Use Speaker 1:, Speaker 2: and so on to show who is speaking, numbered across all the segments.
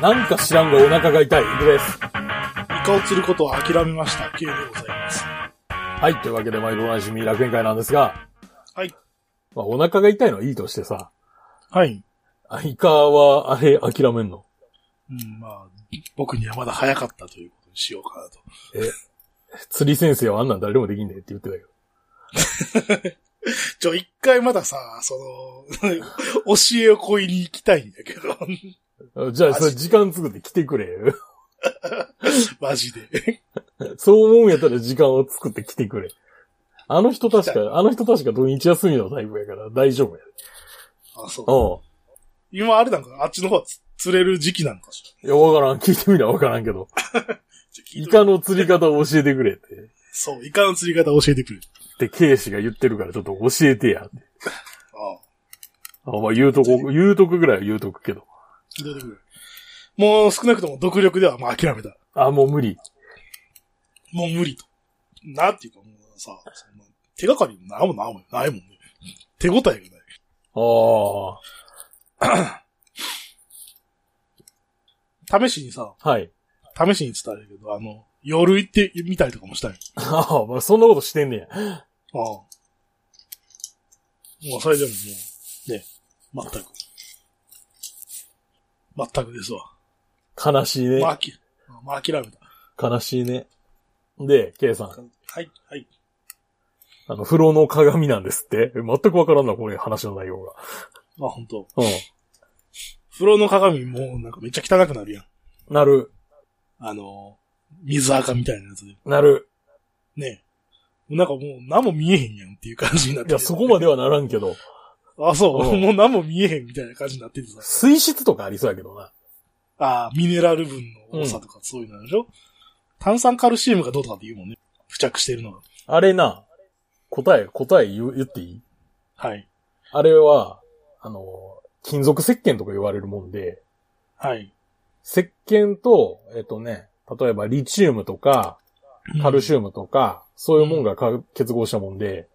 Speaker 1: なんか知らんがお腹が痛い、イブです。
Speaker 2: イカを釣ることは諦めました。K でございます。
Speaker 1: はい、というわけで、毎度おなじみ楽園会なんですが、
Speaker 2: はい。
Speaker 1: まあ、お腹が痛いのはいいとしてさ、
Speaker 2: はい。
Speaker 1: あイカは、あれ、諦めんの
Speaker 2: うん、まあ、僕にはまだ早かったということにしようかなと。
Speaker 1: 釣り先生はあんなん誰でもできんねって言ってたけど。
Speaker 2: ちょ、一回まださ、その、 教えを請いに行きたいんだけど、
Speaker 1: じゃあ、
Speaker 2: マジ
Speaker 1: それ時間作って来てくれ。
Speaker 2: マジで。
Speaker 1: そう思うんやったら時間を作って来てくれ。あの人確か、あの人確か土日休みのタイプやから大丈夫やで。
Speaker 2: あ、そう。
Speaker 1: う
Speaker 2: 今あれなんか、あっちの方はつ釣れる時期なんかしら。
Speaker 1: ん。いや、わからん。聞いてみなわからんけど。
Speaker 2: ちょ聞
Speaker 1: イ
Speaker 2: いといて
Speaker 1: カの釣り方を教えてくれって。
Speaker 2: そう、イカの釣り方教えてくれ。
Speaker 1: って、ケイシが言ってるからちょっと教えてや。
Speaker 2: ああ。
Speaker 1: あ、まあ言うとこ、言うとくぐらいは言うとくけど。
Speaker 2: 聞いてくれ。もう少なくとも独力ではもう諦めた。
Speaker 1: あ、もう無理。
Speaker 2: もう無理と。なっていうかもうさ、そんな手がかりなんもなんもないもんね。手応えがない。
Speaker 1: あ
Speaker 2: 試しにさ、
Speaker 1: あ、はい。
Speaker 2: 試しに伝えるけど、あの、夜行ってみたりとかもしたい。
Speaker 1: ああ、まあそんなことしてんねや。
Speaker 2: ああ。もうそれでももう、ね、全く。全くですわ。
Speaker 1: 悲しいね
Speaker 2: ま。あ、きまあ、諦めた。
Speaker 1: 悲しいね。で、ケイさん、
Speaker 2: はい、はい。
Speaker 1: あの、風呂の鏡なんですって。え全くわからんな、これ話の内容が。
Speaker 2: まあ、本当
Speaker 1: う
Speaker 2: 風呂の鏡もうなんかめっちゃ汚くなるやん。
Speaker 1: ん。なる、
Speaker 2: あの、水垢みたいなやつで。
Speaker 1: なる。
Speaker 2: ね。なんかもう何も見えへんやんっていう感じになっ
Speaker 1: い
Speaker 2: てて
Speaker 1: や、そこまではならんけど、
Speaker 2: あ、そう。
Speaker 1: うん
Speaker 2: もう何も見えへんみたいな感じになっててさ。
Speaker 1: 水質とかありそうやけどな。
Speaker 2: ああ、ミネラル分の多さとかそういうのあるでしょ、炭酸カルシウムがどうとかって言うもんね。付着してるのは。
Speaker 1: あれな、答え、答え言う言っていい
Speaker 2: はい。
Speaker 1: あれは、あの、金属石鹸とか言われるもんで、
Speaker 2: はい。
Speaker 1: 石鹸と、えっとね、例えばリチウムとか、カルシウムとか、そういうもんがか結合したもんで、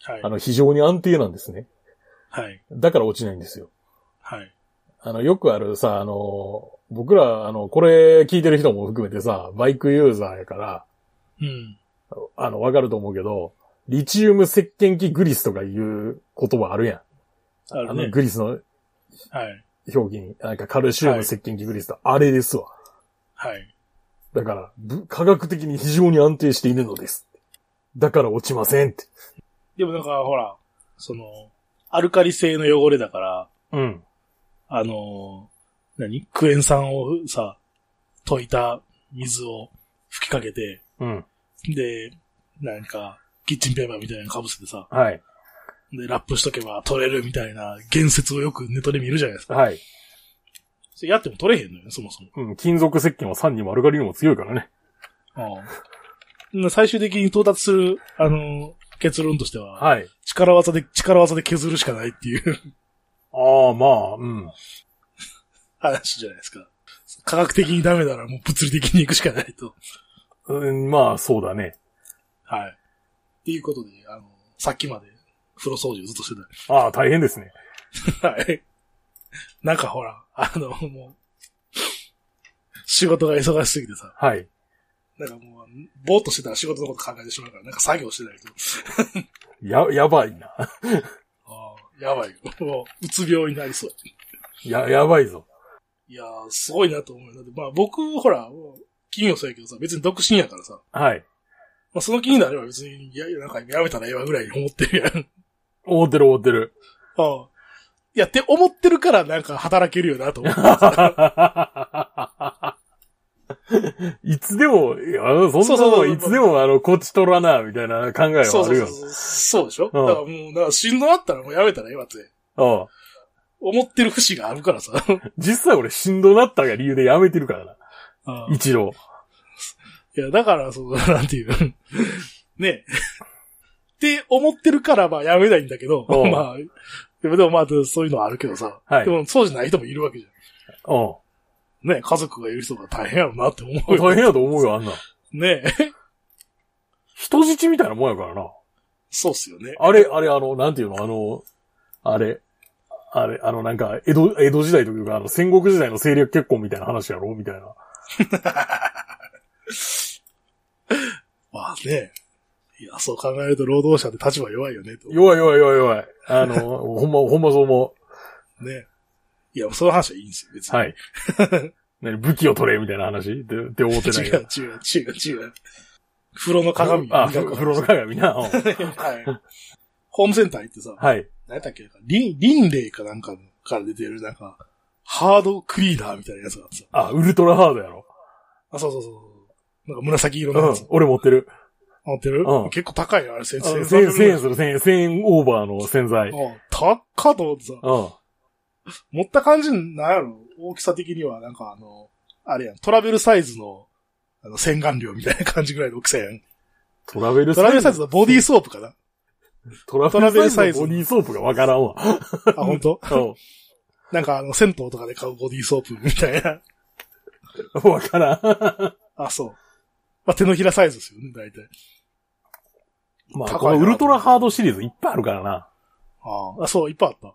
Speaker 2: はい
Speaker 1: あ。の、非常に安定なんですね。
Speaker 2: はい。
Speaker 1: だから落ちないんですよ。
Speaker 2: はい。
Speaker 1: あの、よくあるさ、あの、僕ら、あの、これ聞いてる人も含めてさ、バイクユーザーやから、
Speaker 2: うん。
Speaker 1: あの、わかると思うけど、リチウム石鹸機グリスとかいう言葉あるやん。
Speaker 2: あ
Speaker 1: あ
Speaker 2: る
Speaker 1: の、
Speaker 2: ね。
Speaker 1: グリスの
Speaker 2: はい。
Speaker 1: 表記に、なんかカルシウム石鹸機グリスと、あれですわ。
Speaker 2: はい。
Speaker 1: だから、ぶ科学的に非常に安定しているのです。だから落ちませんって。
Speaker 2: でもなんか、ほら、その、アルカリ性の汚れだから、
Speaker 1: うん。
Speaker 2: あのー何クエン酸をさ、溶いた水を吹きかけて、
Speaker 1: うん。
Speaker 2: で、なんか、キッチンペーパーみたいなの被せてさ、
Speaker 1: はい。
Speaker 2: で、ラップしとけば取れるみたいな言説をよくネットで見るじゃないですか。
Speaker 1: はい。
Speaker 2: それやっても取れへんのよね、そもそも。
Speaker 1: うん。金属石鹸は酸にもアルカリウムも強いからね。
Speaker 2: うん。最終的に到達する、あの、結論としては、
Speaker 1: はい。
Speaker 2: 力技で、力技で削るしかないっていう
Speaker 1: ああ、まあ、うん。
Speaker 2: 話じゃないですか。科学的にダメならもう物理的に行くしかないと。
Speaker 1: うん、まあ、そうだね。
Speaker 2: はい。っていうことで、あの、さっきまで風呂掃除をずっとして
Speaker 1: ああ、大変ですね。
Speaker 2: た。はい。なんかほら、あの、もう、仕事が忙しすぎてさ、
Speaker 1: はい。
Speaker 2: なんかもう、ぼーっとしてたら仕事のこと考えてしまうから、なんか作業してないと、
Speaker 1: や、やばいな。
Speaker 2: ああ、やばいよ。もう、うつ病になりそう。
Speaker 1: や、やばいぞ。
Speaker 2: いやー、すごいなと思うよ。だって、まあ僕、ほら、もう企業そうやけどさ、別に独身やからさ、
Speaker 1: はい。
Speaker 2: まあその気になれば別に、いや、なんかやめたらええわぐらいに思ってるや ん。うん。
Speaker 1: 覆ってる覆ってる。
Speaker 2: いや、って思ってるからなんか働けるよなと思って。
Speaker 1: いつでも、いやそんな
Speaker 2: そうそう
Speaker 1: も
Speaker 2: そうそ
Speaker 1: ん、
Speaker 2: う
Speaker 1: いつでも、あの、こっち取らな、みたいな考え
Speaker 2: そ
Speaker 1: はあ
Speaker 2: うそう
Speaker 1: る
Speaker 2: そ
Speaker 1: よ
Speaker 2: う。。そうでしょ、
Speaker 1: うん
Speaker 2: だからもう、なんかしんどなったらもうやめたらええわって、
Speaker 1: うん。
Speaker 2: 思ってる節があるからさ。
Speaker 1: 実際俺しんどなったが理由でやめてるからな。
Speaker 2: うん
Speaker 1: 一度。
Speaker 2: いや、だから、そう、なんて いう。ねえ。って思ってるから、まあ、やめないんだけど、
Speaker 1: うん
Speaker 2: まあ、でも、でもまあ、そういうのはあるけどさ。
Speaker 1: はい
Speaker 2: でも、そうじゃない人もいるわけじ
Speaker 1: うん。
Speaker 2: ゃん。ねえ家族がいる人が大変やろなって思うよ。
Speaker 1: 大変やと思うよ、あんなん。
Speaker 2: ねえ。
Speaker 1: 人質みたいなもんやからな。
Speaker 2: そうっすよね。
Speaker 1: あれ、あれ、あの、なんていうの、あの、あれ。あれ、あのなんか、江戸、江戸時代というか、あの戦国時代の政略結婚みたいな話やろみたいな。
Speaker 2: まあね。いや、そう考えると労働者って立場弱いよね、と。
Speaker 1: 弱い弱い弱い弱い。あの、 ほんま、ほんまそう思
Speaker 2: ね。いや、その話はいいんですよ、別
Speaker 1: う。
Speaker 2: に。
Speaker 1: はい。何武器を取れみたいな話って、って思ってない
Speaker 2: 違
Speaker 1: よ
Speaker 2: う、違う、違う、違う。風呂の鏡。
Speaker 1: あ、ふ風呂の鏡な。うん
Speaker 2: はい。ホームセンター行ってさ、
Speaker 1: はい。
Speaker 2: 何やったっけリン、リンレイかなんかから出てる、なんか、ハードクリーナーみたいなやつがあってさ。
Speaker 1: あ、ウルトラハードやろ。
Speaker 2: あ、そうそうそうそう。なんか紫色
Speaker 1: う
Speaker 2: のや
Speaker 1: ん
Speaker 2: つ。。
Speaker 1: 俺持ってる。
Speaker 2: 持ってる、
Speaker 1: うん
Speaker 2: 結構高いよ、あれ、1000
Speaker 1: あの
Speaker 2: 円。
Speaker 1: 1000 1000円する、1000円、1000円オーバーの洗剤。
Speaker 2: うん、高っと思ってさ、
Speaker 1: うん。
Speaker 2: 持った感じなんやろ大きさ的には、なんかあの、あれやん、トラベルサイズの、あの、洗顔料みたいな感じぐらいの大きさや ん。
Speaker 1: トラベル
Speaker 2: トラベルサイズのボディーソープ かな
Speaker 1: トラベルサイズのボディーソープがわからんわ。
Speaker 2: あ、本当
Speaker 1: う
Speaker 2: なんかあの、銭湯とかで買うボディーソープみたい な。
Speaker 1: ん。わからん。
Speaker 2: あ、そう。まあ、手のひらサイズですよね、大体。
Speaker 1: まあ、
Speaker 2: 高
Speaker 1: こ
Speaker 2: いな
Speaker 1: のウルトラハードシリーズいっぱいあるからな。
Speaker 2: ああ、そう、いっぱいあった。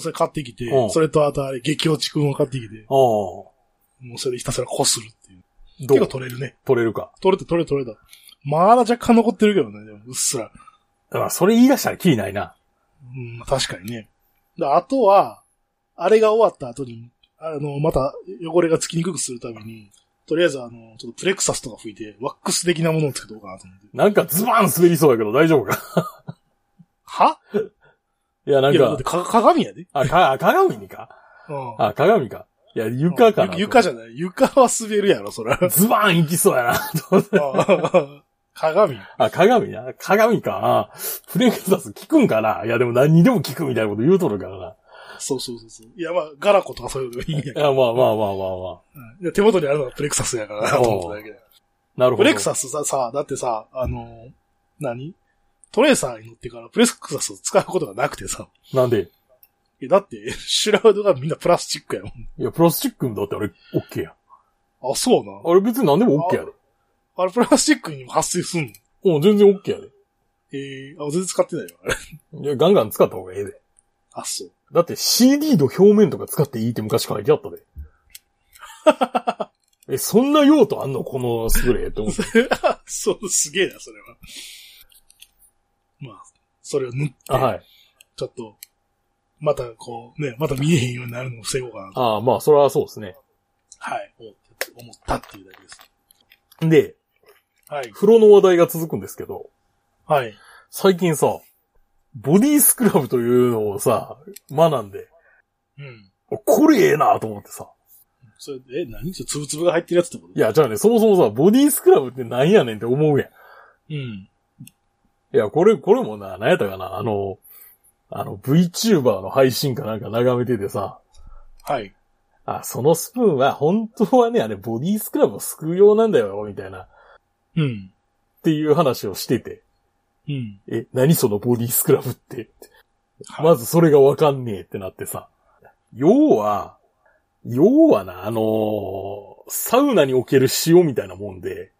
Speaker 2: それ買ってきて
Speaker 1: う、ん
Speaker 2: それとあとあれ、激落ちくんを買ってきて、
Speaker 1: お
Speaker 2: もうそれひたすらこするっていう。
Speaker 1: うん。ど
Speaker 2: 結構
Speaker 1: う
Speaker 2: 取れるね。
Speaker 1: 取れるか。
Speaker 2: 取れた、取れた、取れた。まだ若干残ってるけどね、でもうっすら。
Speaker 1: だから、それ言い出したらキリないな。
Speaker 2: うん、確かにね。であとは、あれが終わった後に、あの、また汚れがつきにくくするために、とりあえずあの、ちょっとプレクサスとか吹いて、ワックス的なものをつけとこうかなと思って。
Speaker 1: なんかズバン滑りそうやけど大丈夫か。
Speaker 2: はい
Speaker 1: や、ないん
Speaker 2: や、だっ
Speaker 1: か
Speaker 2: て、か鏡やで。
Speaker 1: あ、か、あ鏡にか。
Speaker 2: うん。
Speaker 1: あ、鏡か。いや、床かな。
Speaker 2: ゆ床じゃない。床は滑るやろ、そら。
Speaker 1: ズバン行きそうやな。
Speaker 2: うん 鏡。
Speaker 1: あ、鏡な。鏡か。フレクサス効くんかな。いや、でも何にでも効くみたいなこと言うとるからな。
Speaker 2: そうそうそうそう。いや、まあ、ガラコとかそういうのいいんや け
Speaker 1: い
Speaker 2: ど
Speaker 1: や、まあまあまあまあまあ。
Speaker 2: うんいや手元にあるのはプレクサスやからな、と思っただけで。
Speaker 1: なるほど。
Speaker 2: プレクサスさ、さ、だってさ、あの、何トレーサーに乗ってからプレクサスを使うことがなくてさ。
Speaker 1: なんで
Speaker 2: いや、だって、 シュラウドがみんなプラスチックやもん。
Speaker 1: いや、プラスチックだってあれ、オッケーやん。
Speaker 2: あ、そうな。
Speaker 1: あれ別に何でもオッケーやで。
Speaker 2: あれ、プラスチックにも発生すんの
Speaker 1: うん、全然オッケーやで。
Speaker 2: えー、あ、全然使ってないよ、あれ。
Speaker 1: いや、ガンガン使った方がええで。
Speaker 2: あ、そう。
Speaker 1: だって CD の表面とか使っていいって昔書いてあったで。 え、そんな用途あんのこのスプレーって思って。
Speaker 2: あ、そう、すげえな、それは。まあ、それを塗って、
Speaker 1: あ、 はい。
Speaker 2: ちょっと、またこう、ね、また見えへんようになるのを防ごうかなと。
Speaker 1: ああ、まあ、それはそうですね。
Speaker 2: はい、思って思ったっていうだけです。
Speaker 1: で、
Speaker 2: はい。
Speaker 1: 風呂の話題が続くんですけど、
Speaker 2: はい。
Speaker 1: 最近さ、ボディスクラブというのをさ、学んで、
Speaker 2: うん。
Speaker 1: これええなと思ってさ。
Speaker 2: それ、え、何それ、つぶつぶが入ってるやつってこと
Speaker 1: いや、じゃあね、そもそもさ、ボディスクラブってなんやねんって思うやん。
Speaker 2: うん。
Speaker 1: いや、これ、これもな、なんやったかな、あの、あの、VTuber の配信かなんか眺めててさ、
Speaker 2: はい。
Speaker 1: あ、そのスプーンは、本当はね、あれ、ボディスクラブを救うようなんだよ、みたいな、っ
Speaker 2: うん。
Speaker 1: ていう話をしてて、
Speaker 2: うん。
Speaker 1: え、何そのボディスクラブって、
Speaker 2: はい
Speaker 1: まずそれがわかんねえってなってさ、要は、要はな、あのーサウナにおける塩みたいなもんで、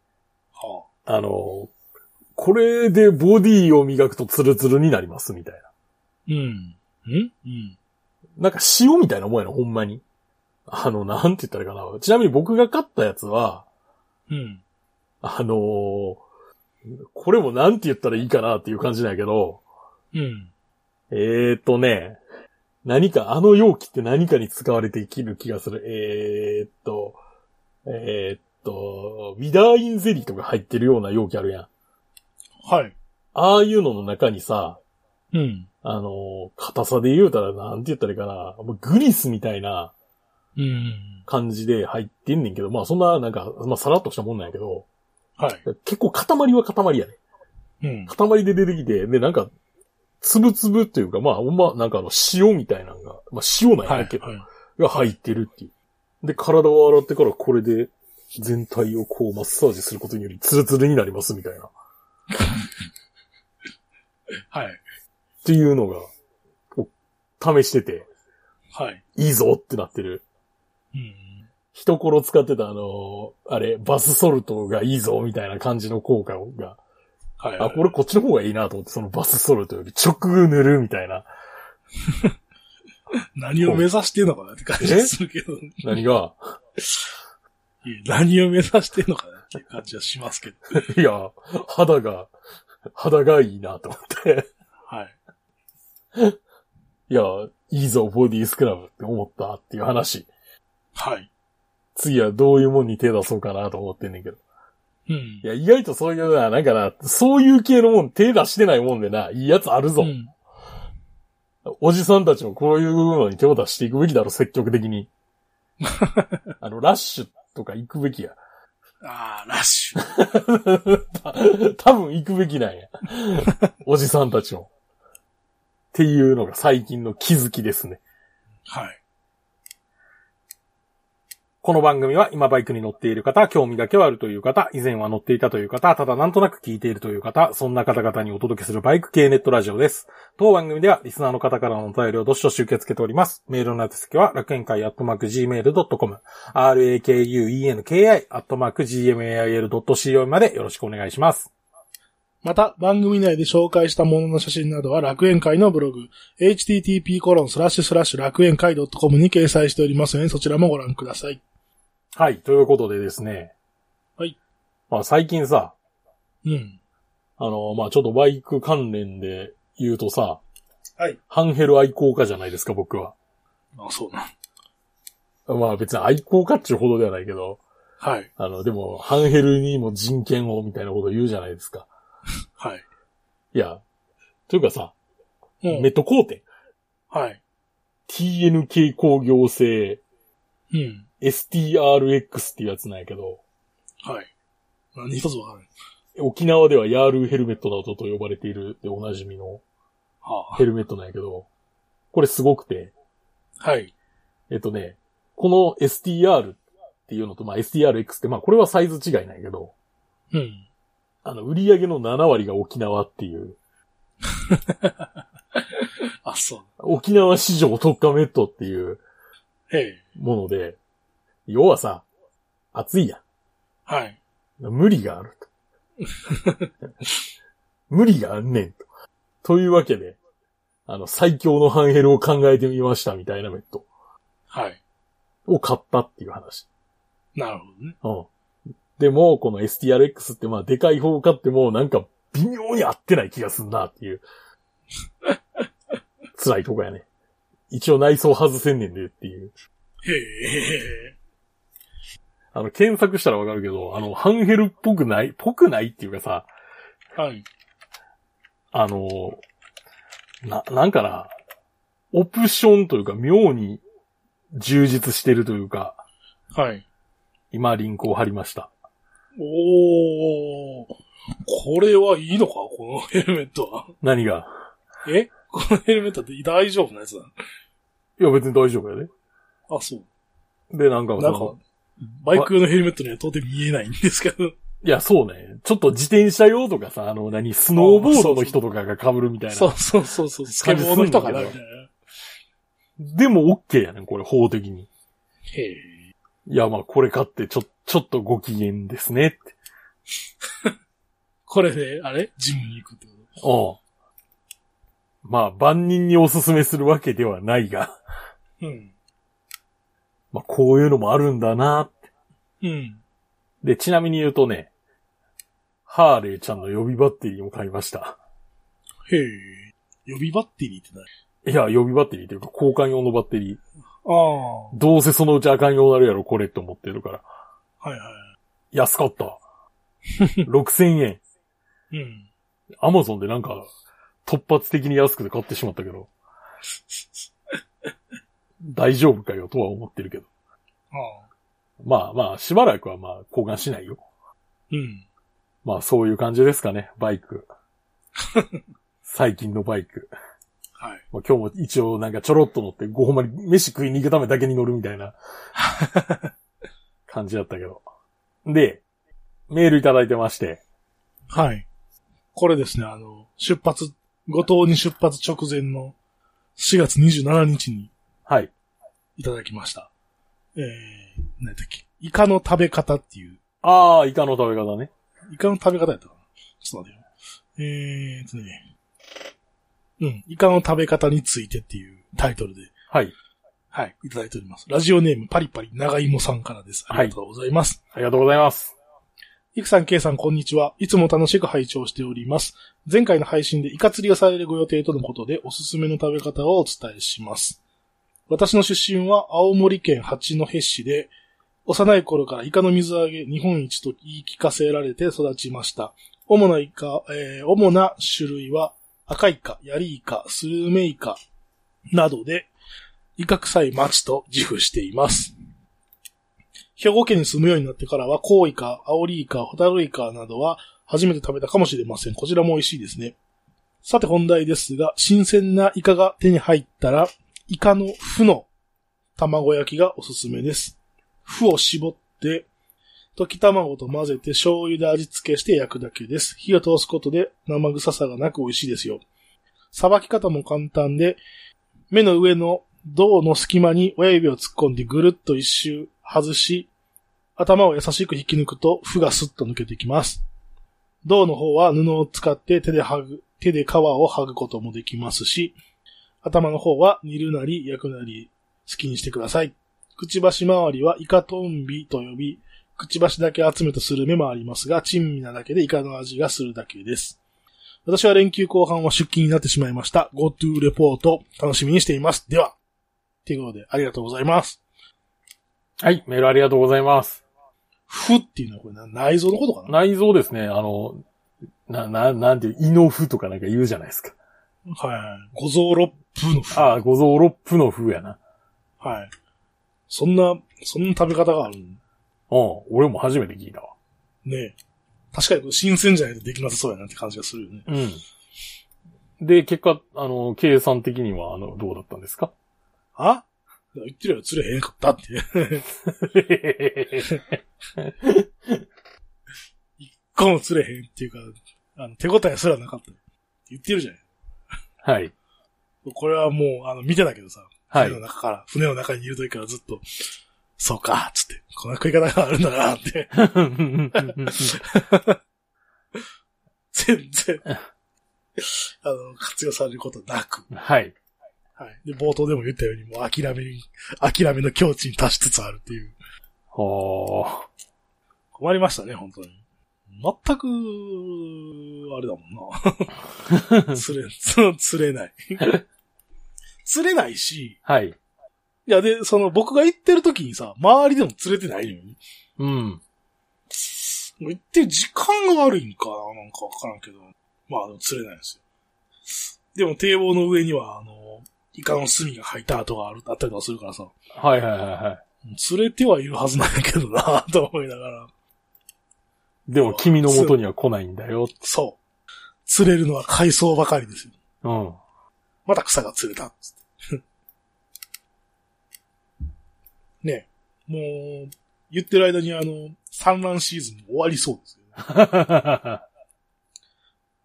Speaker 2: は
Speaker 1: あのーこれでボディを磨くとツルツルになります、みたいな。
Speaker 2: あ、うん。んうん。
Speaker 1: なんか塩みたいなもんやな、ほんまに。あの、なんて言ったらいいかな。ちなみに僕が買ったやつは、
Speaker 2: うん。
Speaker 1: あのーこれもなんて言ったらいいかなっていう感じなんやけど、
Speaker 2: うん。
Speaker 1: えーとね、何か、あの容器って何かに使われて生きる気がする。えーっと、えーっと、ウィダーインゼリーとか入ってるような容器あるやん。
Speaker 2: はい。
Speaker 1: ああいうのの中にさ、
Speaker 2: うん。
Speaker 1: あのー硬さで言うたらなんて言ったらいいかな。もうグリスみたいな、
Speaker 2: うん。
Speaker 1: 感じで入ってんねんけど、まあそんななんか、まあさらっとしたもんなんやけど、
Speaker 2: はい。
Speaker 1: 結構塊は塊やね。
Speaker 2: うん。
Speaker 1: 塊で出てきて、でなんか、つぶつぶっていうか、まあほんまなんかあの塩みたいなのが、まあ塩なん
Speaker 2: は
Speaker 1: や
Speaker 2: い
Speaker 1: けど、。が入ってるっていう。で、体を洗ってからこれで全体をこうマッサージすることによりツルツルになりますみたいな。っ
Speaker 2: はい。
Speaker 1: ていうのが、こう試してて、
Speaker 2: はい。
Speaker 1: いいぞってなってる。
Speaker 2: うん。
Speaker 1: 一頃使ってたあのあれ、バスソルトがいいぞみたいな感じの効果が
Speaker 2: はい。
Speaker 1: あ、これこっちの方がいいなと思って、そのバスソルトより直塗るみたいな。
Speaker 2: 何を目指してんのかなって感じがするけど。
Speaker 1: 何が
Speaker 2: いや何を目指してんのかなっていう感じはしますけど。
Speaker 1: いや、肌が、肌がいいなと思って。
Speaker 2: はい。
Speaker 1: いや、いいぞ、ボディスクラブって思ったっていう話。
Speaker 2: はい。
Speaker 1: 次はどういうもんに手出そうかなと思ってんねんけど。
Speaker 2: うん
Speaker 1: い。や、意外とそういうな、なんかな、そういう系のもん手出してないもんでな、いいやつあるぞ。
Speaker 2: うん
Speaker 1: おじさんたちもこういうのに手を出していくべきだろ、積極的 に。あの、ラッシュとか行くべきや。
Speaker 2: ああ、ラッシュ。
Speaker 1: 多分行くべきなんや。おじさんたちも。っていうのが最近の気づきですね。
Speaker 2: はい。
Speaker 1: この番組は今バイクに乗っている方、興味だけはあるという方、以前は乗っていたという方、ただなんとなく聞いているという方、そんな方々にお届けするバイク系ネットラジオです。当番組ではリスナーの方からのお便りをどしどし受け付けております。メールの宛先は楽園会アットマーク gmail.com、rakuenki アットマーク gmail.co までよろしくお願いします。
Speaker 2: また、番組内で紹介したものの写真などは楽園会のブログ、http コロンスラッシュスラッシュ楽園会 .com に掲載しておりますので、そちらもご覧ください。
Speaker 1: はい、ということでですね。
Speaker 2: はい。
Speaker 1: まあ最近さ、
Speaker 2: うん。
Speaker 1: あの、まあちょっとバイク関連で言うとさ、
Speaker 2: はい。
Speaker 1: ハンヘル愛好家じゃないですか、僕は。
Speaker 2: あ、そうなん。
Speaker 1: まあ別に愛好家っていうほどではないけど、
Speaker 2: はい。
Speaker 1: あの、でも、ハンヘルにも人権をみたいなこと言うじゃないですか。
Speaker 2: はい。
Speaker 1: いや、というかさ、
Speaker 2: うん
Speaker 1: メット工程。
Speaker 2: はい。
Speaker 1: TNK 工業製
Speaker 2: うん。
Speaker 1: STRX っていうやつなんやけど、
Speaker 2: はい。何一つわからない。
Speaker 1: 沖縄ではヤールヘルメットなどと呼ばれているでおなじみの
Speaker 2: は
Speaker 1: ヘルメットなんやけど、これすごくて、
Speaker 2: あ、はい。
Speaker 1: えっとね、この STR っていうのと、まあ STRX って、まあこれはサイズ違いなんやけど、
Speaker 2: うん。
Speaker 1: あの、売り上げの7割が沖縄っていう、
Speaker 2: あ、そう。
Speaker 1: 沖縄市場特化メットっていう
Speaker 2: ええ。
Speaker 1: もので、要はさ、暑いや
Speaker 2: はい。
Speaker 1: ん。無理があると。無理があんねんと。というわけで、あの、最強のハンヘルを考えてみましたみたいなメット
Speaker 2: はい。
Speaker 1: を買ったっていう話。
Speaker 2: なるほどね。
Speaker 1: うん。でも、この STRX ってまあ、でかい方を買っても、なんか、微妙に合ってない気がすんなっていう。辛いとこやね。一応内装外せんねんでっていう。
Speaker 2: へえ。
Speaker 1: あの、検索したらわかるけど、あの、ハンヘルっぽくない、ぽくないっていうかさ、
Speaker 2: はい。
Speaker 1: あの、な、なんかな、オプションというか、妙に充実してるというか、
Speaker 2: はい。
Speaker 1: 今リンクを貼りました。
Speaker 2: おー。これはいいのかこのヘルメットは。
Speaker 1: 何が
Speaker 2: えこのヘルメットって大丈夫なやつだ。
Speaker 1: いや、別に大丈夫やで。
Speaker 2: あ、そう。
Speaker 1: で、なんかそ
Speaker 2: な
Speaker 1: の、
Speaker 2: んか、バイク用のヘルメットには到底見えないんですけど。
Speaker 1: いや、そうね。ちょっと自転車用とかさ、あの、何、スノーボードの人とかが被るみたい
Speaker 2: そ
Speaker 1: な。
Speaker 2: うそうそうそう、スケボーの人かなみたいな。
Speaker 1: でも、OK やねん、これ、法的に。
Speaker 2: へえ。
Speaker 1: いや、まあ、これ買って、ちょ、ちょっとご機嫌ですね、って。
Speaker 2: これで、あれジムに行くってこ
Speaker 1: うん。まあ、万人におすすめするわけではないが、
Speaker 2: とうん。
Speaker 1: まあ、こういうのもあるんだな。
Speaker 2: うん。
Speaker 1: で、ちなみに言うとね、ハーレーちゃんの予備バッテリーも買いました。
Speaker 2: へえ。予備バッテリーってない
Speaker 1: いや、予備バッテリーというか、交換用のバッテリー。
Speaker 2: ああ。は
Speaker 1: どうせそのうちあかんようになるやろ、これって思ってるから。
Speaker 2: いは
Speaker 1: 安かった。6000円。
Speaker 2: い。うん。
Speaker 1: アマゾンでなんか、突発的に安くて買ってしまったけど、大丈夫かよとは思ってるけど。
Speaker 2: ああ。
Speaker 1: まあまあ、しばらくはまあ、交換しないよ。
Speaker 2: うん。
Speaker 1: まあそういう感じですかね、バイク。最近のバイク。
Speaker 2: はい。
Speaker 1: まあ、今日も一応なんかちょろっと乗って、ごほんまに飯食いに行くためだけに乗るみたいな感じだったけど。で、メールいただいてまして、
Speaker 2: はい。これですね、あの、出発、五島に出発直前の4月27日に
Speaker 1: はい。
Speaker 2: いただきました。えー、何だっけ。イカの食べ方っていう、
Speaker 1: ああ、イカの食べ方ね。
Speaker 2: イカの食べ方やったかなちょっと待ってよ。えーっとね。うん、イカの食べ方についてっていうタイトルで
Speaker 1: はい。
Speaker 2: はい、いただいております。ラジオネームパリパリ長芋さんからです。ありがとうございます。
Speaker 1: ありがとうございます。
Speaker 2: いくさん、けいさん、こんにちは。いつも楽しく拝聴しております。前回の配信でイカ釣りをされるご予定とのことで、おすすめの食べ方をお伝えします。私の出身は青森県八戸市で、幼い頃からイカの水揚げ日本一と言い聞かせられて育ちました。主なイカ、えー主な種類は赤イカ、ヤリイカ、スルメイカなどで、イカ臭い町と自負しています。兵庫県に住むようになってからは、コウイカ、アオリイカ、ホタルイカなどは初めて食べたかもしれません。こちらも美味しいですね。さて本題ですが、新鮮なイカが手に入ったら、イカのフの卵焼きがおすすめです。フを絞って、溶き卵と混ぜて醤油で味付けして焼くだけです。火を通すことで生臭さがなく美味しいですよ。さばき方も簡単で、目の上の胴の隙間に親指を突っ込んでぐるっと一周外し、頭を優しく引き抜くと、負がスッと抜けてきます。胴の方は布を使って手で剥ぐ、手で皮を剥ぐこともできますし、頭の方は煮るなり焼くなり好きにしてください。くちばし周りはイカトンビと呼び、くちばしだけ集めたスルメもありますが、珍味なだけでイカの味がするだけです。私は連休後半は出勤になってしまいました。GoTo レポート楽しみにしています。では、ということでありがとうございます。
Speaker 1: はい、メールありがとうございます。
Speaker 2: ふっていうのはこれな内臓のことかな
Speaker 1: 内臓ですね、あの、な、な、なんていう、胃の腑とかなんか言うじゃないですか。
Speaker 2: はい。五臓六腑の腑。
Speaker 1: ああ、五臓六腑の腑やな。
Speaker 2: はい。そんな、そんな食べ方がある
Speaker 1: う
Speaker 2: ん
Speaker 1: ん、俺も初めて聞いたわ。
Speaker 2: ね確かにこれ新鮮じゃないとできなさそうやなって感じがするよね。
Speaker 1: うん。で、結果、あの、計算的には、あの、どうだったんですか
Speaker 2: あ言ってるよ、釣れへんかったって。 この釣れへんっていうか、あの、手応えすらなかった。言ってるじゃない。
Speaker 1: はい。
Speaker 2: これはもう、あの、見てたけどさ。
Speaker 1: はい
Speaker 2: 船。の中から、船の中にいる時からずっと、そうか、つって、こんな食い方があるんだなって。 全然、あの、活用されることなく。
Speaker 1: はい。
Speaker 2: はい。で、冒頭でも言ったように、もう諦めに、諦めの境地に達しつつあるっていう。
Speaker 1: はあ。
Speaker 2: 困りましたね、本当に。全く、あれだもん な。釣れ、 つ釣れない。 釣れないし、
Speaker 1: はい。
Speaker 2: いや、で、その僕が行ってる時にさ、周りでも釣れてないのよ。
Speaker 1: うん。
Speaker 2: もう行ってる時間が悪いんかな、なんかわからんけど。まあ、でも釣れないですよ。でも堤防の上には、あの、イカの炭が入った跡がある、あったりとかするからさ、
Speaker 1: はいはいはいは
Speaker 2: 釣れてはいるはずなんやけどな、 と思いながら。
Speaker 1: い。でも、君の元には来ないんだよ。
Speaker 2: そう。釣れるのは海藻ばかりですよ。
Speaker 1: うん。
Speaker 2: また草が釣れたっ つって。ねえもう、言ってる間にあの、産卵シーズンも終わりそうですよね。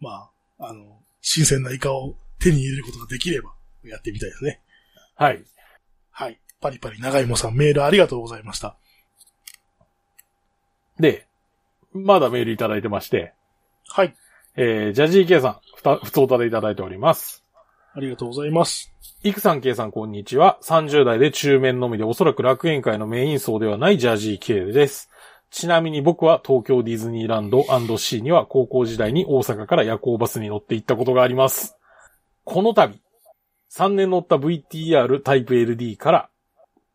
Speaker 2: まあ、あの、新鮮なイカを手に入れることができれば、やってみたいですね。
Speaker 1: はい。
Speaker 2: はい。パリパリ長芋さん、メールありがとうございました。
Speaker 1: で、まだメールいただいてまして、
Speaker 2: はい。
Speaker 1: えー、ジャジー K さん、ふた、ふつおたでいただいております。
Speaker 2: ありがとうございます。
Speaker 1: いくさん、K さん、こんにちは。30代で中面のみで、おそらく楽園会のメイン層ではないジャジー K です。ちなみに僕は東京ディズニーランド &C には高校時代に大阪から夜行バスに乗って行ったことがあります。この度、3年乗った VTR タイプ LD から、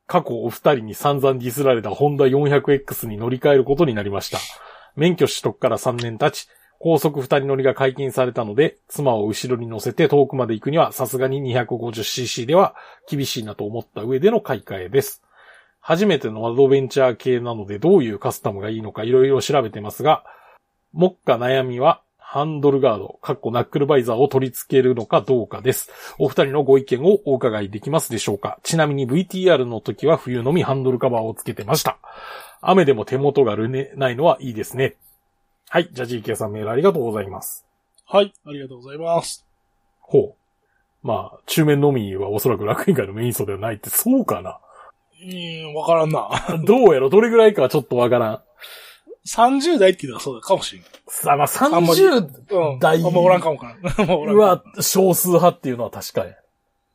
Speaker 1: 過去お二人に散々ディスられたホンダ 400X に乗り換えることになりました。免許取得から3年経ち、高速二人乗りが解禁されたので、妻を後ろに乗せて遠くまで行くにはさすがに 250cc では厳しいなと思った上での買い替えです。初めてのアドベンチャー系なのでどういうカスタムがいいのかいろいろ調べてますが、目下悩みはハンドルガード、かっこナックルバイザーを取り付けるのかどうかです。お二人のご意見をお伺いできますでしょうかちなみに VTR の時は冬のみハンドルカバーをつけてました。雨でも手元がるね、ないのはいいですね。はい、ジャジーケさんメールありがとうございます。
Speaker 2: はい。ありがとうございます。
Speaker 1: ほう。まあ、中面のみはおそらく楽園会のメイン層ではないって、そうかな。
Speaker 2: うーん、わからんな。
Speaker 1: どうやろどれぐらいかはちょっとわからん。
Speaker 2: 30代っていうのはそうだかもしれん。
Speaker 1: さあ、まあ、
Speaker 2: あんまり
Speaker 1: 30
Speaker 2: うん。
Speaker 1: 大
Speaker 2: あんまおらんかもわからん。あんまおらんかも
Speaker 1: は少数派っていうのは確かや。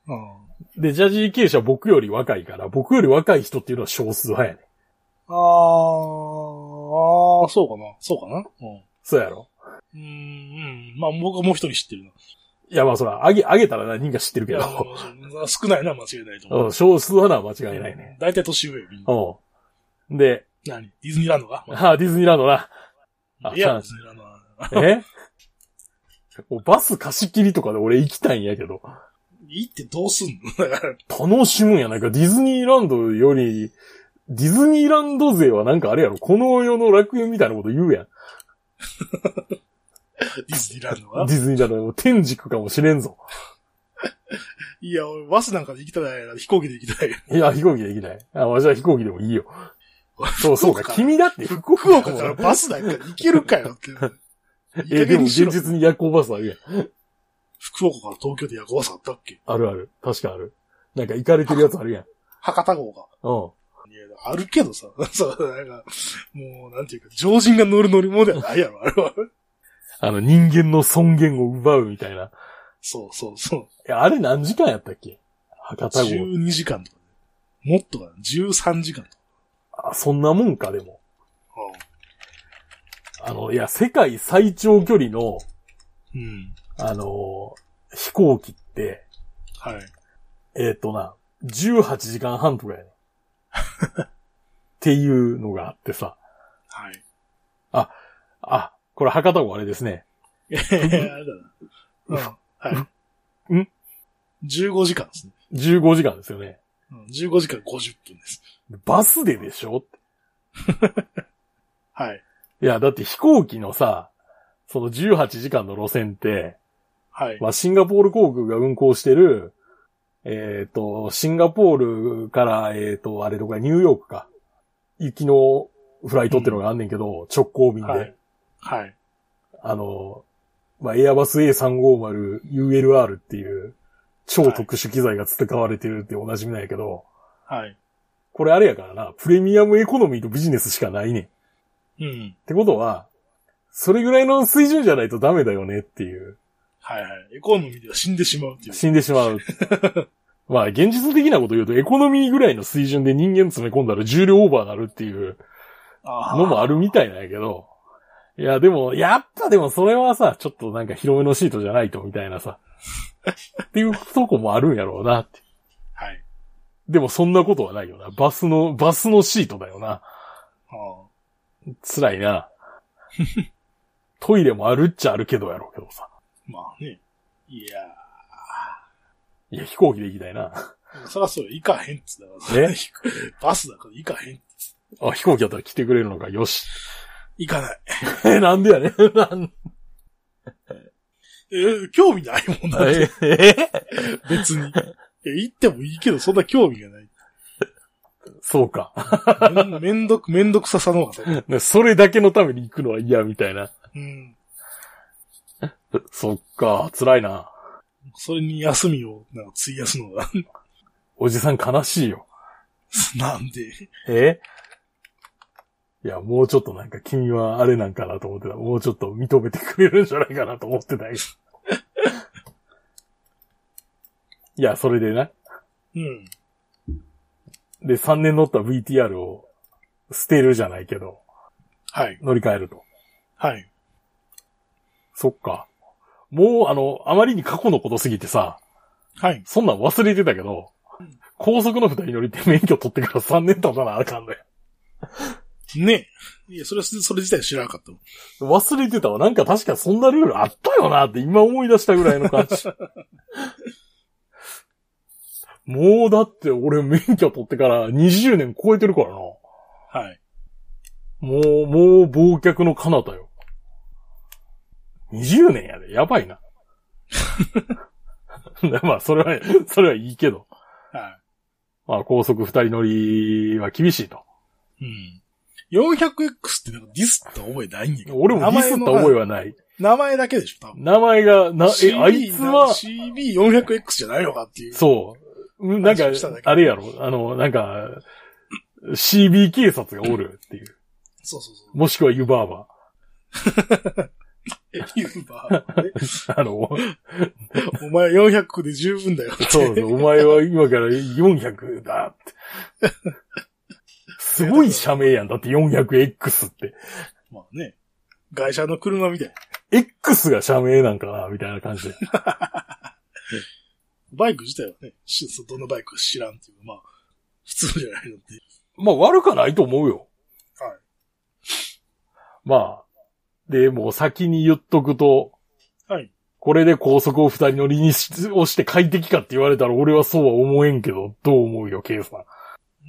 Speaker 2: あ
Speaker 1: で、ジャジー経営者は僕より若いから、僕より若い人っていうのは少数派やね。
Speaker 2: あー、そうかな。そうかな。うん
Speaker 1: そうやろ。
Speaker 2: うーん、うん。まあ僕はもう一人知ってるな。
Speaker 1: いや、まあそら、あげ、あげたら何人か知ってる
Speaker 2: い
Speaker 1: け
Speaker 2: や、
Speaker 1: ど、
Speaker 2: もう少ないな、間違いないと思
Speaker 1: う
Speaker 2: う。
Speaker 1: ん、 少数派なのは間違いないね。
Speaker 2: 大体年上よ、みんな。
Speaker 1: うん。で、
Speaker 2: 何ディズニーランドが、
Speaker 1: ああ、ディズニーランドな。あ
Speaker 2: いや、
Speaker 1: そう
Speaker 2: ディズニーランドは。
Speaker 1: えもうバス貸し切りとかで俺行きたいんやけど、
Speaker 2: いいってどうすんの だから
Speaker 1: 楽しむんやないか。ディズニーランドより、ディズニーランド勢はなんかあれやろ、この世の楽園みたいなこと言うやん。
Speaker 2: ディズニーラン ドは。
Speaker 1: ディズニーランドの天竺かもしれんぞ。
Speaker 2: いや、俺、バスなんかで行きたないな。飛行機で行きたい。
Speaker 1: いや、飛行機で行きない。あ、わしは飛行機でもいいよ。そうそう
Speaker 2: 福
Speaker 1: か。
Speaker 2: 岡
Speaker 1: 君だって福岡
Speaker 2: 福岡からバスなんか行けるかよ って。い
Speaker 1: え、
Speaker 2: い加
Speaker 1: で
Speaker 2: 減
Speaker 1: も
Speaker 2: にし
Speaker 1: 現
Speaker 2: ろ
Speaker 1: 実に夜行バスあるやん。
Speaker 2: 福岡から東京で夜行バスあったっけ
Speaker 1: あるある。確かある。なんか行かれてるやつあるやん。
Speaker 2: 博多号が。
Speaker 1: うん。
Speaker 2: いや、あるけどさ、 そう、なんか、もう、なんていうか、常人が乗る乗り物ではないやろ、あれは。
Speaker 1: あの、人間の尊厳を奪うみたいな。
Speaker 2: そうそうそう。
Speaker 1: え、あれ何時間やったっけ博多号。
Speaker 2: 12時間とかね。もっとかな、13時間とか。
Speaker 1: あ、そんなもんか、でも。
Speaker 2: ああ
Speaker 1: あの、いや、世界最長距離の、
Speaker 2: うん。
Speaker 1: あのー飛行機って、
Speaker 2: はい。
Speaker 1: えっ、とな、18時間半とかやね。っていうのがあってさ。
Speaker 2: はい。
Speaker 1: あ、これ博多号あれですね。
Speaker 2: えー、あれだな。うん。はい。
Speaker 1: ん
Speaker 2: ?15 時間ですね。
Speaker 1: 15時間ですよね。
Speaker 2: うん、15時間50分です。
Speaker 1: バスででしょって
Speaker 2: はい。
Speaker 1: いや、だって飛行機のさ、その18時間の路線って、
Speaker 2: はい。
Speaker 1: まあ、シンガポール航空が運航してる、えっ、と、シンガポールから、えっ、と、あれとか、ニューヨークか、行きのフライトってのがあんねんけど、直行便で、
Speaker 2: はい。はい。
Speaker 1: あの、まあ、エアバス A350ULR っていう、超特殊機材が使われてるっておなじみなんやけど、
Speaker 2: はい。
Speaker 1: これあれやからな、プレミアムエコノミーとビジネスしかないねん。っ
Speaker 2: うん。
Speaker 1: てことは、それぐらいの水準じゃないとダメだよねっていう。
Speaker 2: はいはい。エコノミーでは死んでしまうっていう。
Speaker 1: 死んでしまう。 まあ、現実的なこと言うと、エコノミーぐらいの水準で人間詰め込んだら重量オーバーなるっていう
Speaker 2: あ
Speaker 1: のもあるみたいなんやけど、いや、でも、やっぱでもそれはさ、ちょっとなんか広めのシートじゃないとみたいなさ、っていうとこもあるんやろうなって。
Speaker 2: あ。はい。
Speaker 1: でもそんなことはないよな。バスの、バスのシートだよな。
Speaker 2: ああ。
Speaker 1: 辛い な。トイレもあるっちゃあるけどやろうけどさ。
Speaker 2: まあね。いや
Speaker 1: いや、飛行機で行きたいな。
Speaker 2: ー。そらそうよ。行かへんっつだか
Speaker 1: え
Speaker 2: ら。バスだから行かへん。
Speaker 1: あ、飛行機だったら来てくれるのか、よし。
Speaker 2: 行かない。
Speaker 1: え、なんでやねん。なん
Speaker 2: えー興味ないもんだって。
Speaker 1: ええ
Speaker 2: 別に。え行ってもいいけど、そんな興味がない。
Speaker 1: そうか。
Speaker 2: めん めんどく、めんどくささの方が。
Speaker 1: ねそれだけのために行くのは嫌みたいな。
Speaker 2: うん。
Speaker 1: そっか、辛いな。
Speaker 2: それに休みを、なんか、費やすのが。
Speaker 1: おじさん悲しいよ。
Speaker 2: なんで。
Speaker 1: えいや、もうちょっとなんか君はあれなんかなと思ってた。もうちょっと認めてくれるんじゃないかなと思ってたよ いや、それでな。
Speaker 2: うん。
Speaker 1: で、3年乗った VTR を捨てるじゃないけど、
Speaker 2: はい。
Speaker 1: 乗り換えると。
Speaker 2: はい。
Speaker 1: そっか。もう、あの、あまりに過去のことすぎてさ、
Speaker 2: はい。
Speaker 1: そんなん忘れてたけど、高速の二人乗りって免許取ってから3年経たなあかんね
Speaker 2: ねえ。いや、それ、それ自体知らなかったもん。
Speaker 1: 忘れてたわ。なんか確かそんなルールあったよなって今思い出したぐらいの感じ。もうだって俺免許取ってから20年超えてるからな。も
Speaker 2: はい。
Speaker 1: う、もう忘却の彼方よ。20年やで。やばいな。まあ、それは、それはいいけど。
Speaker 2: は
Speaker 1: まあ、高速二人乗りは厳しいと。
Speaker 2: い。うん。400X ってなんかディスった覚えないんやけど。
Speaker 1: 俺もディスった覚え
Speaker 2: え
Speaker 1: はない。
Speaker 2: 名前だけでしょ、多分。
Speaker 1: 名前が、な、え、あいつは、
Speaker 2: CB400X じゃないのかっていう。
Speaker 1: そう。うんなんか
Speaker 2: 話をしただ、け
Speaker 1: あれやろ。あの、なんか、CB 警察がおるっていう。
Speaker 2: そうそうそう。
Speaker 1: もしくは湯婆婆。
Speaker 2: 言えば、
Speaker 1: あの、
Speaker 2: お前400個で十分だよ。
Speaker 1: そうそう、お前は今から400だって。すごい社名やん。だって 400X って。
Speaker 2: まあね。外車の車みたい。
Speaker 1: X が社名なんかなみたいな感じで。
Speaker 2: バイク自体はね、しそうどんなバイクか知らんっていうまあ、普通じゃないので。
Speaker 1: まあ悪かないと思うよ。
Speaker 2: はい。
Speaker 1: まあ。で、もう先に言っとくと、
Speaker 2: はい。
Speaker 1: これで高速を二人乗りにしをして快適かって言われたら俺はそうは思えんけど、どう思うよ、ケイさん。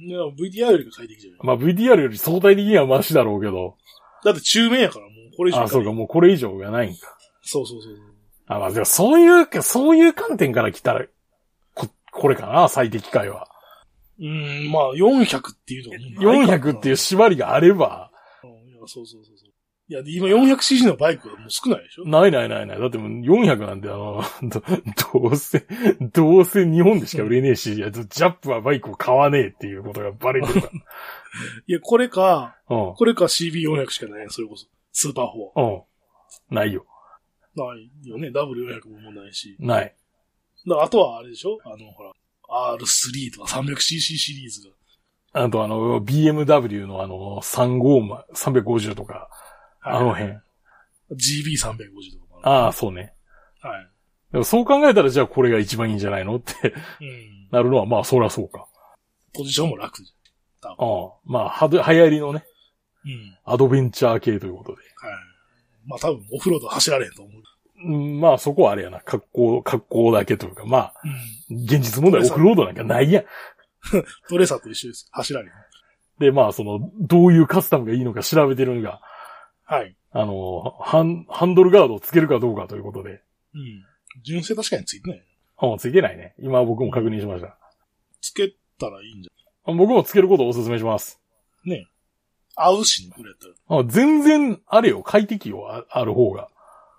Speaker 2: でも VTR よりか快適じゃない。
Speaker 1: まあ VTR より相対的にはマシだろうけど、
Speaker 2: だって中面やからもうこれ以上
Speaker 1: あ、そう
Speaker 2: い
Speaker 1: か、もうこれ以上がないんか。
Speaker 2: そうそうそうそう。
Speaker 1: あ、まあでもそういう、そういう観点から来たら、こ、これかな、最適解は。
Speaker 2: うーん、まあ400っていうのはもうないからな
Speaker 1: 400っていう縛りがあれば、
Speaker 2: うんいやそうそうそうそう。いや、で今 400cc のバイクはもう少ないでしょ
Speaker 1: ないないないない。だってもう400なんてあの、ど、どうせ、どうせ日本でしか売れねえし、いやジャップはバイクを買わねえっていうことがバレてるか
Speaker 2: いや、これか、
Speaker 1: ら。うん。
Speaker 2: これか CB400 しかないねそれこそ。スーパー4。
Speaker 1: うん。ないよ。
Speaker 2: ないよね。W400 もないし。
Speaker 1: ない。
Speaker 2: だからあとはあれでしょあの、ほら、R3 とか 300cc シリーズが。
Speaker 1: あとあの、BMW のあの、350、350とか、
Speaker 2: はい
Speaker 1: あの辺。
Speaker 2: GB350 とかもある。
Speaker 1: ああ、そうね。
Speaker 2: はい。
Speaker 1: でもそう考えたらじゃあこれが一番いいんじゃないのって
Speaker 2: うん。
Speaker 1: なるのは、まあそりゃそうか。
Speaker 2: ポジションも楽じ
Speaker 1: うん。まあ、はど、流行りのね、
Speaker 2: ゃん。うん。
Speaker 1: アドベンチャー系ということで。
Speaker 2: はい。まあ多分オフロード走られへんと思う。
Speaker 1: うん、まあそこはあれやな、格好、格好だけというか、まあ、
Speaker 2: うん。
Speaker 1: 現実問題オフロードなんかないやん。
Speaker 2: トレーサーと一緒です。走られへん。
Speaker 1: で、まあ、その、どういうカスタムがいいのか調べてるのが、
Speaker 2: はい。
Speaker 1: あの、ハン、ハンドルガードをつけるかどうかということで、
Speaker 2: うん。純正確かについてない。
Speaker 1: あ、ついてないね。今僕も確認しました。
Speaker 2: つけたらいいんじ
Speaker 1: 僕もつけることをお勧めします。
Speaker 2: ゃん。合うしね、これやったら。
Speaker 1: あ全然、あれよ、快適よ、あある方が。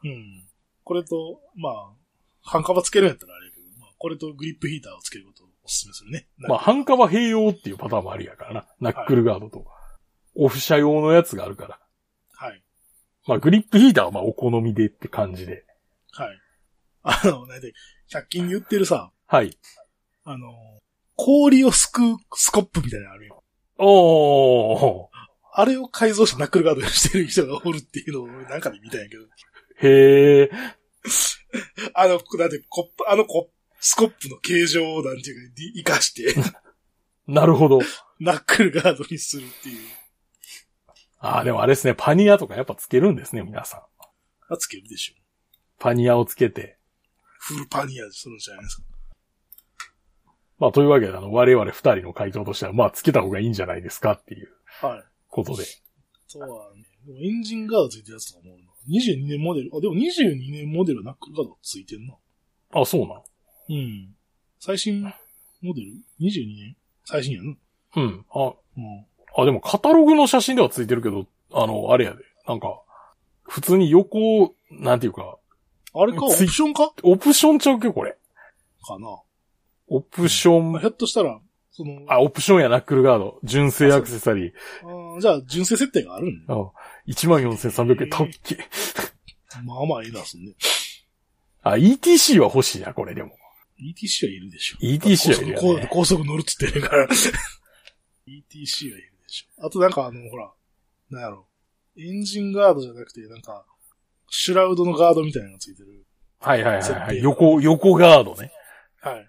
Speaker 2: うん。これと、まあ、半カバつけるんやったらあれやけど、まあ、これとグリップヒーターをつけることをお勧めするね。
Speaker 1: まあ、半カバ併用っていうパターンもありやからな。ナックルガードと。オフ車用のやつがあるから。
Speaker 2: はい。
Speaker 1: まあ、グリップヒーターはまあ、お好みでって感じで。
Speaker 2: はい。あの、だいたい、100均に売ってるさ、
Speaker 1: はい。
Speaker 2: あの、氷をすくうスコップみたいなのあるよ。
Speaker 1: おー。
Speaker 2: あれを改造してナックルガードにしてる人がおるっていうのを 俺なんかで見たんやけど。
Speaker 1: へー。
Speaker 2: あの、だってコップ、あのコップ、スコップの形状をなんていうか、生 かして、
Speaker 1: なるほど。
Speaker 2: ナックルガードにするっていう。
Speaker 1: ああ、でもあれですね、パニアとかやっぱつけるんですね、皆さん。
Speaker 2: あ、つけるでしょ。
Speaker 1: パニアをつけて。
Speaker 2: フルパニアするんじゃないですか。
Speaker 1: まあ、というわけで、あの、我々二人の回答としては、まあ、つけた方がいいんじゃないですかっていう
Speaker 2: はい。
Speaker 1: ことで。
Speaker 2: そうはね、でもエンジンガードついてるやつとかもおるな。22年モデル、あ、でも22年モデルはナックルガードついてんな。
Speaker 1: あ、そうなの
Speaker 2: うん。最新モデル ?22 年最新やな。
Speaker 1: うん。あ、
Speaker 2: うん。
Speaker 1: あ、でもカタログの写真ではついてるけど、あの、あれやで。なんか、普通に横、なんていうか、
Speaker 2: あれか、オプ
Speaker 1: つい
Speaker 2: ションか
Speaker 1: オプションちゃうけこれ。
Speaker 2: かな。
Speaker 1: オプショ
Speaker 2: まあ、
Speaker 1: ン、
Speaker 2: ひょっとしたら、その、あ
Speaker 1: あ、オプションやナックルガード。純正アクセサリー。
Speaker 2: ーじゃあ、純正設定があるんだ。
Speaker 1: あ14,300円。たっけ。
Speaker 2: まあまあ、いいな、そんで。
Speaker 1: あ、ETC は欲しいな、これでも。
Speaker 2: ETC はいるでしょ。
Speaker 1: ETC はいるよ
Speaker 2: 高速
Speaker 1: ね。
Speaker 2: 高速乗るっつってるから。ETC はいるでしょ。あとなんかあの、ほら、なんやろ。エンジンガードじゃなくて、なんか、シュラウドのガードみたいなのがついてる。
Speaker 1: はいはいはい
Speaker 2: 設
Speaker 1: は
Speaker 2: 定
Speaker 1: い。横、横ガードね。
Speaker 2: はい。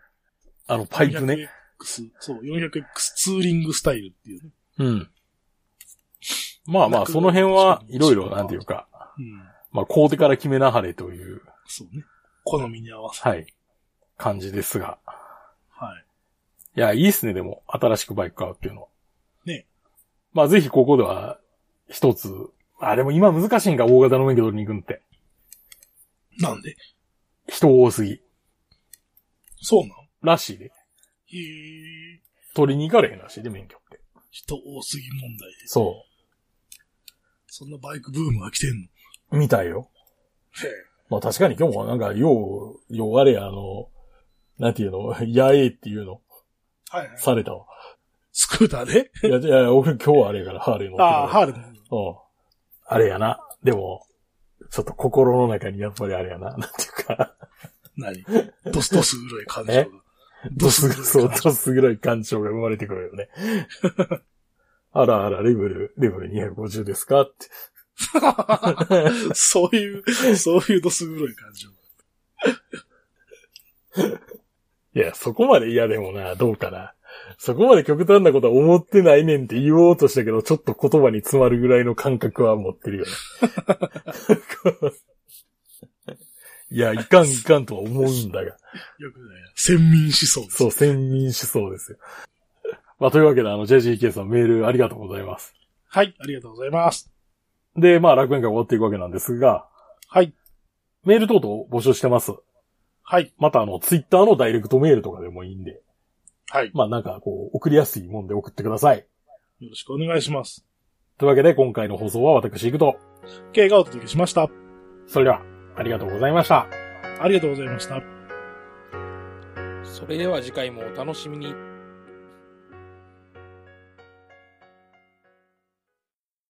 Speaker 1: あの、パイプね。。
Speaker 2: 400X、そう、400X ツーリングスタイルっていうね。
Speaker 1: うん。まあまあ、その辺はいろいろ、なんていうか、
Speaker 2: うん。
Speaker 1: まあ、コーデから決めなはれという、
Speaker 2: そうね。好みに合わせ。
Speaker 1: はい、感じですが。
Speaker 2: はい。
Speaker 1: いや、いいっすね、でも、新しくバイク買うっていうのは。
Speaker 2: ね。
Speaker 1: まあ、ぜひここでは、一つ、あ、でも今難しいんか、大型の免許取りに行くんって。
Speaker 2: なんで
Speaker 1: 人多すぎ。
Speaker 2: そうなん
Speaker 1: らしいで。
Speaker 2: へえ。
Speaker 1: 取りに行かれへんらしいで、免許って。
Speaker 2: 人多すぎ問題です。
Speaker 1: そ
Speaker 2: そんなバイクブームが来てんの。
Speaker 1: う。みたいよ。
Speaker 2: へえ。
Speaker 1: まあ確かに今日もなんか、よう、ようあれや、あの、なんていうの、やえっていうの、
Speaker 2: はいはい。
Speaker 1: されたわ。
Speaker 2: スクーターで
Speaker 1: いや、いや、俺今日はあれやから、ハーレー乗ってるから
Speaker 2: ああ、ハーレム。
Speaker 1: うん。あれやな。でも、ちょっと心の中にやっぱりあれやな、なん ていうか、
Speaker 2: 何ドスドス黒い感情が
Speaker 1: え。
Speaker 2: ド
Speaker 1: ド
Speaker 2: ス
Speaker 1: ス、
Speaker 2: 黒
Speaker 1: そ、
Speaker 2: いう感情。
Speaker 1: ドス黒い感情が生まれてくるよね。 あらあら、レベル、レベル250ですかって。
Speaker 2: そういう、そういうドス黒い感情。
Speaker 1: いや、そこまで嫌でもな、どうかな。そこまで極端なことは思ってないねんって言おうとしたけど、ちょっと言葉に詰まるぐらいの感覚は持ってるよね。 いや、いかんいかんとは思うんだが。
Speaker 2: よくないな。先民思想です。
Speaker 1: そう、先民思想ですよ。 まあ、というわけで、あの、JGK さんメールありがとうございます。
Speaker 2: はい、ありがとうございます。
Speaker 1: で、まあ、楽園会終わっていくわけなんですが、
Speaker 2: はい、
Speaker 1: メール等々募集してます。
Speaker 2: はい、
Speaker 1: また、あの、Twitter のダイレクトメールとかでもいいんで、
Speaker 2: はい。
Speaker 1: まあ、なんか、こう、送りやすいもんで送ってください。
Speaker 2: よろしくお願いします。
Speaker 1: というわけで、今回の放送は私、行くと。
Speaker 2: K がお届けしました。
Speaker 1: それでは、ありがとうございました。
Speaker 2: ありがとうございました。
Speaker 3: それでは次回もお楽しみに。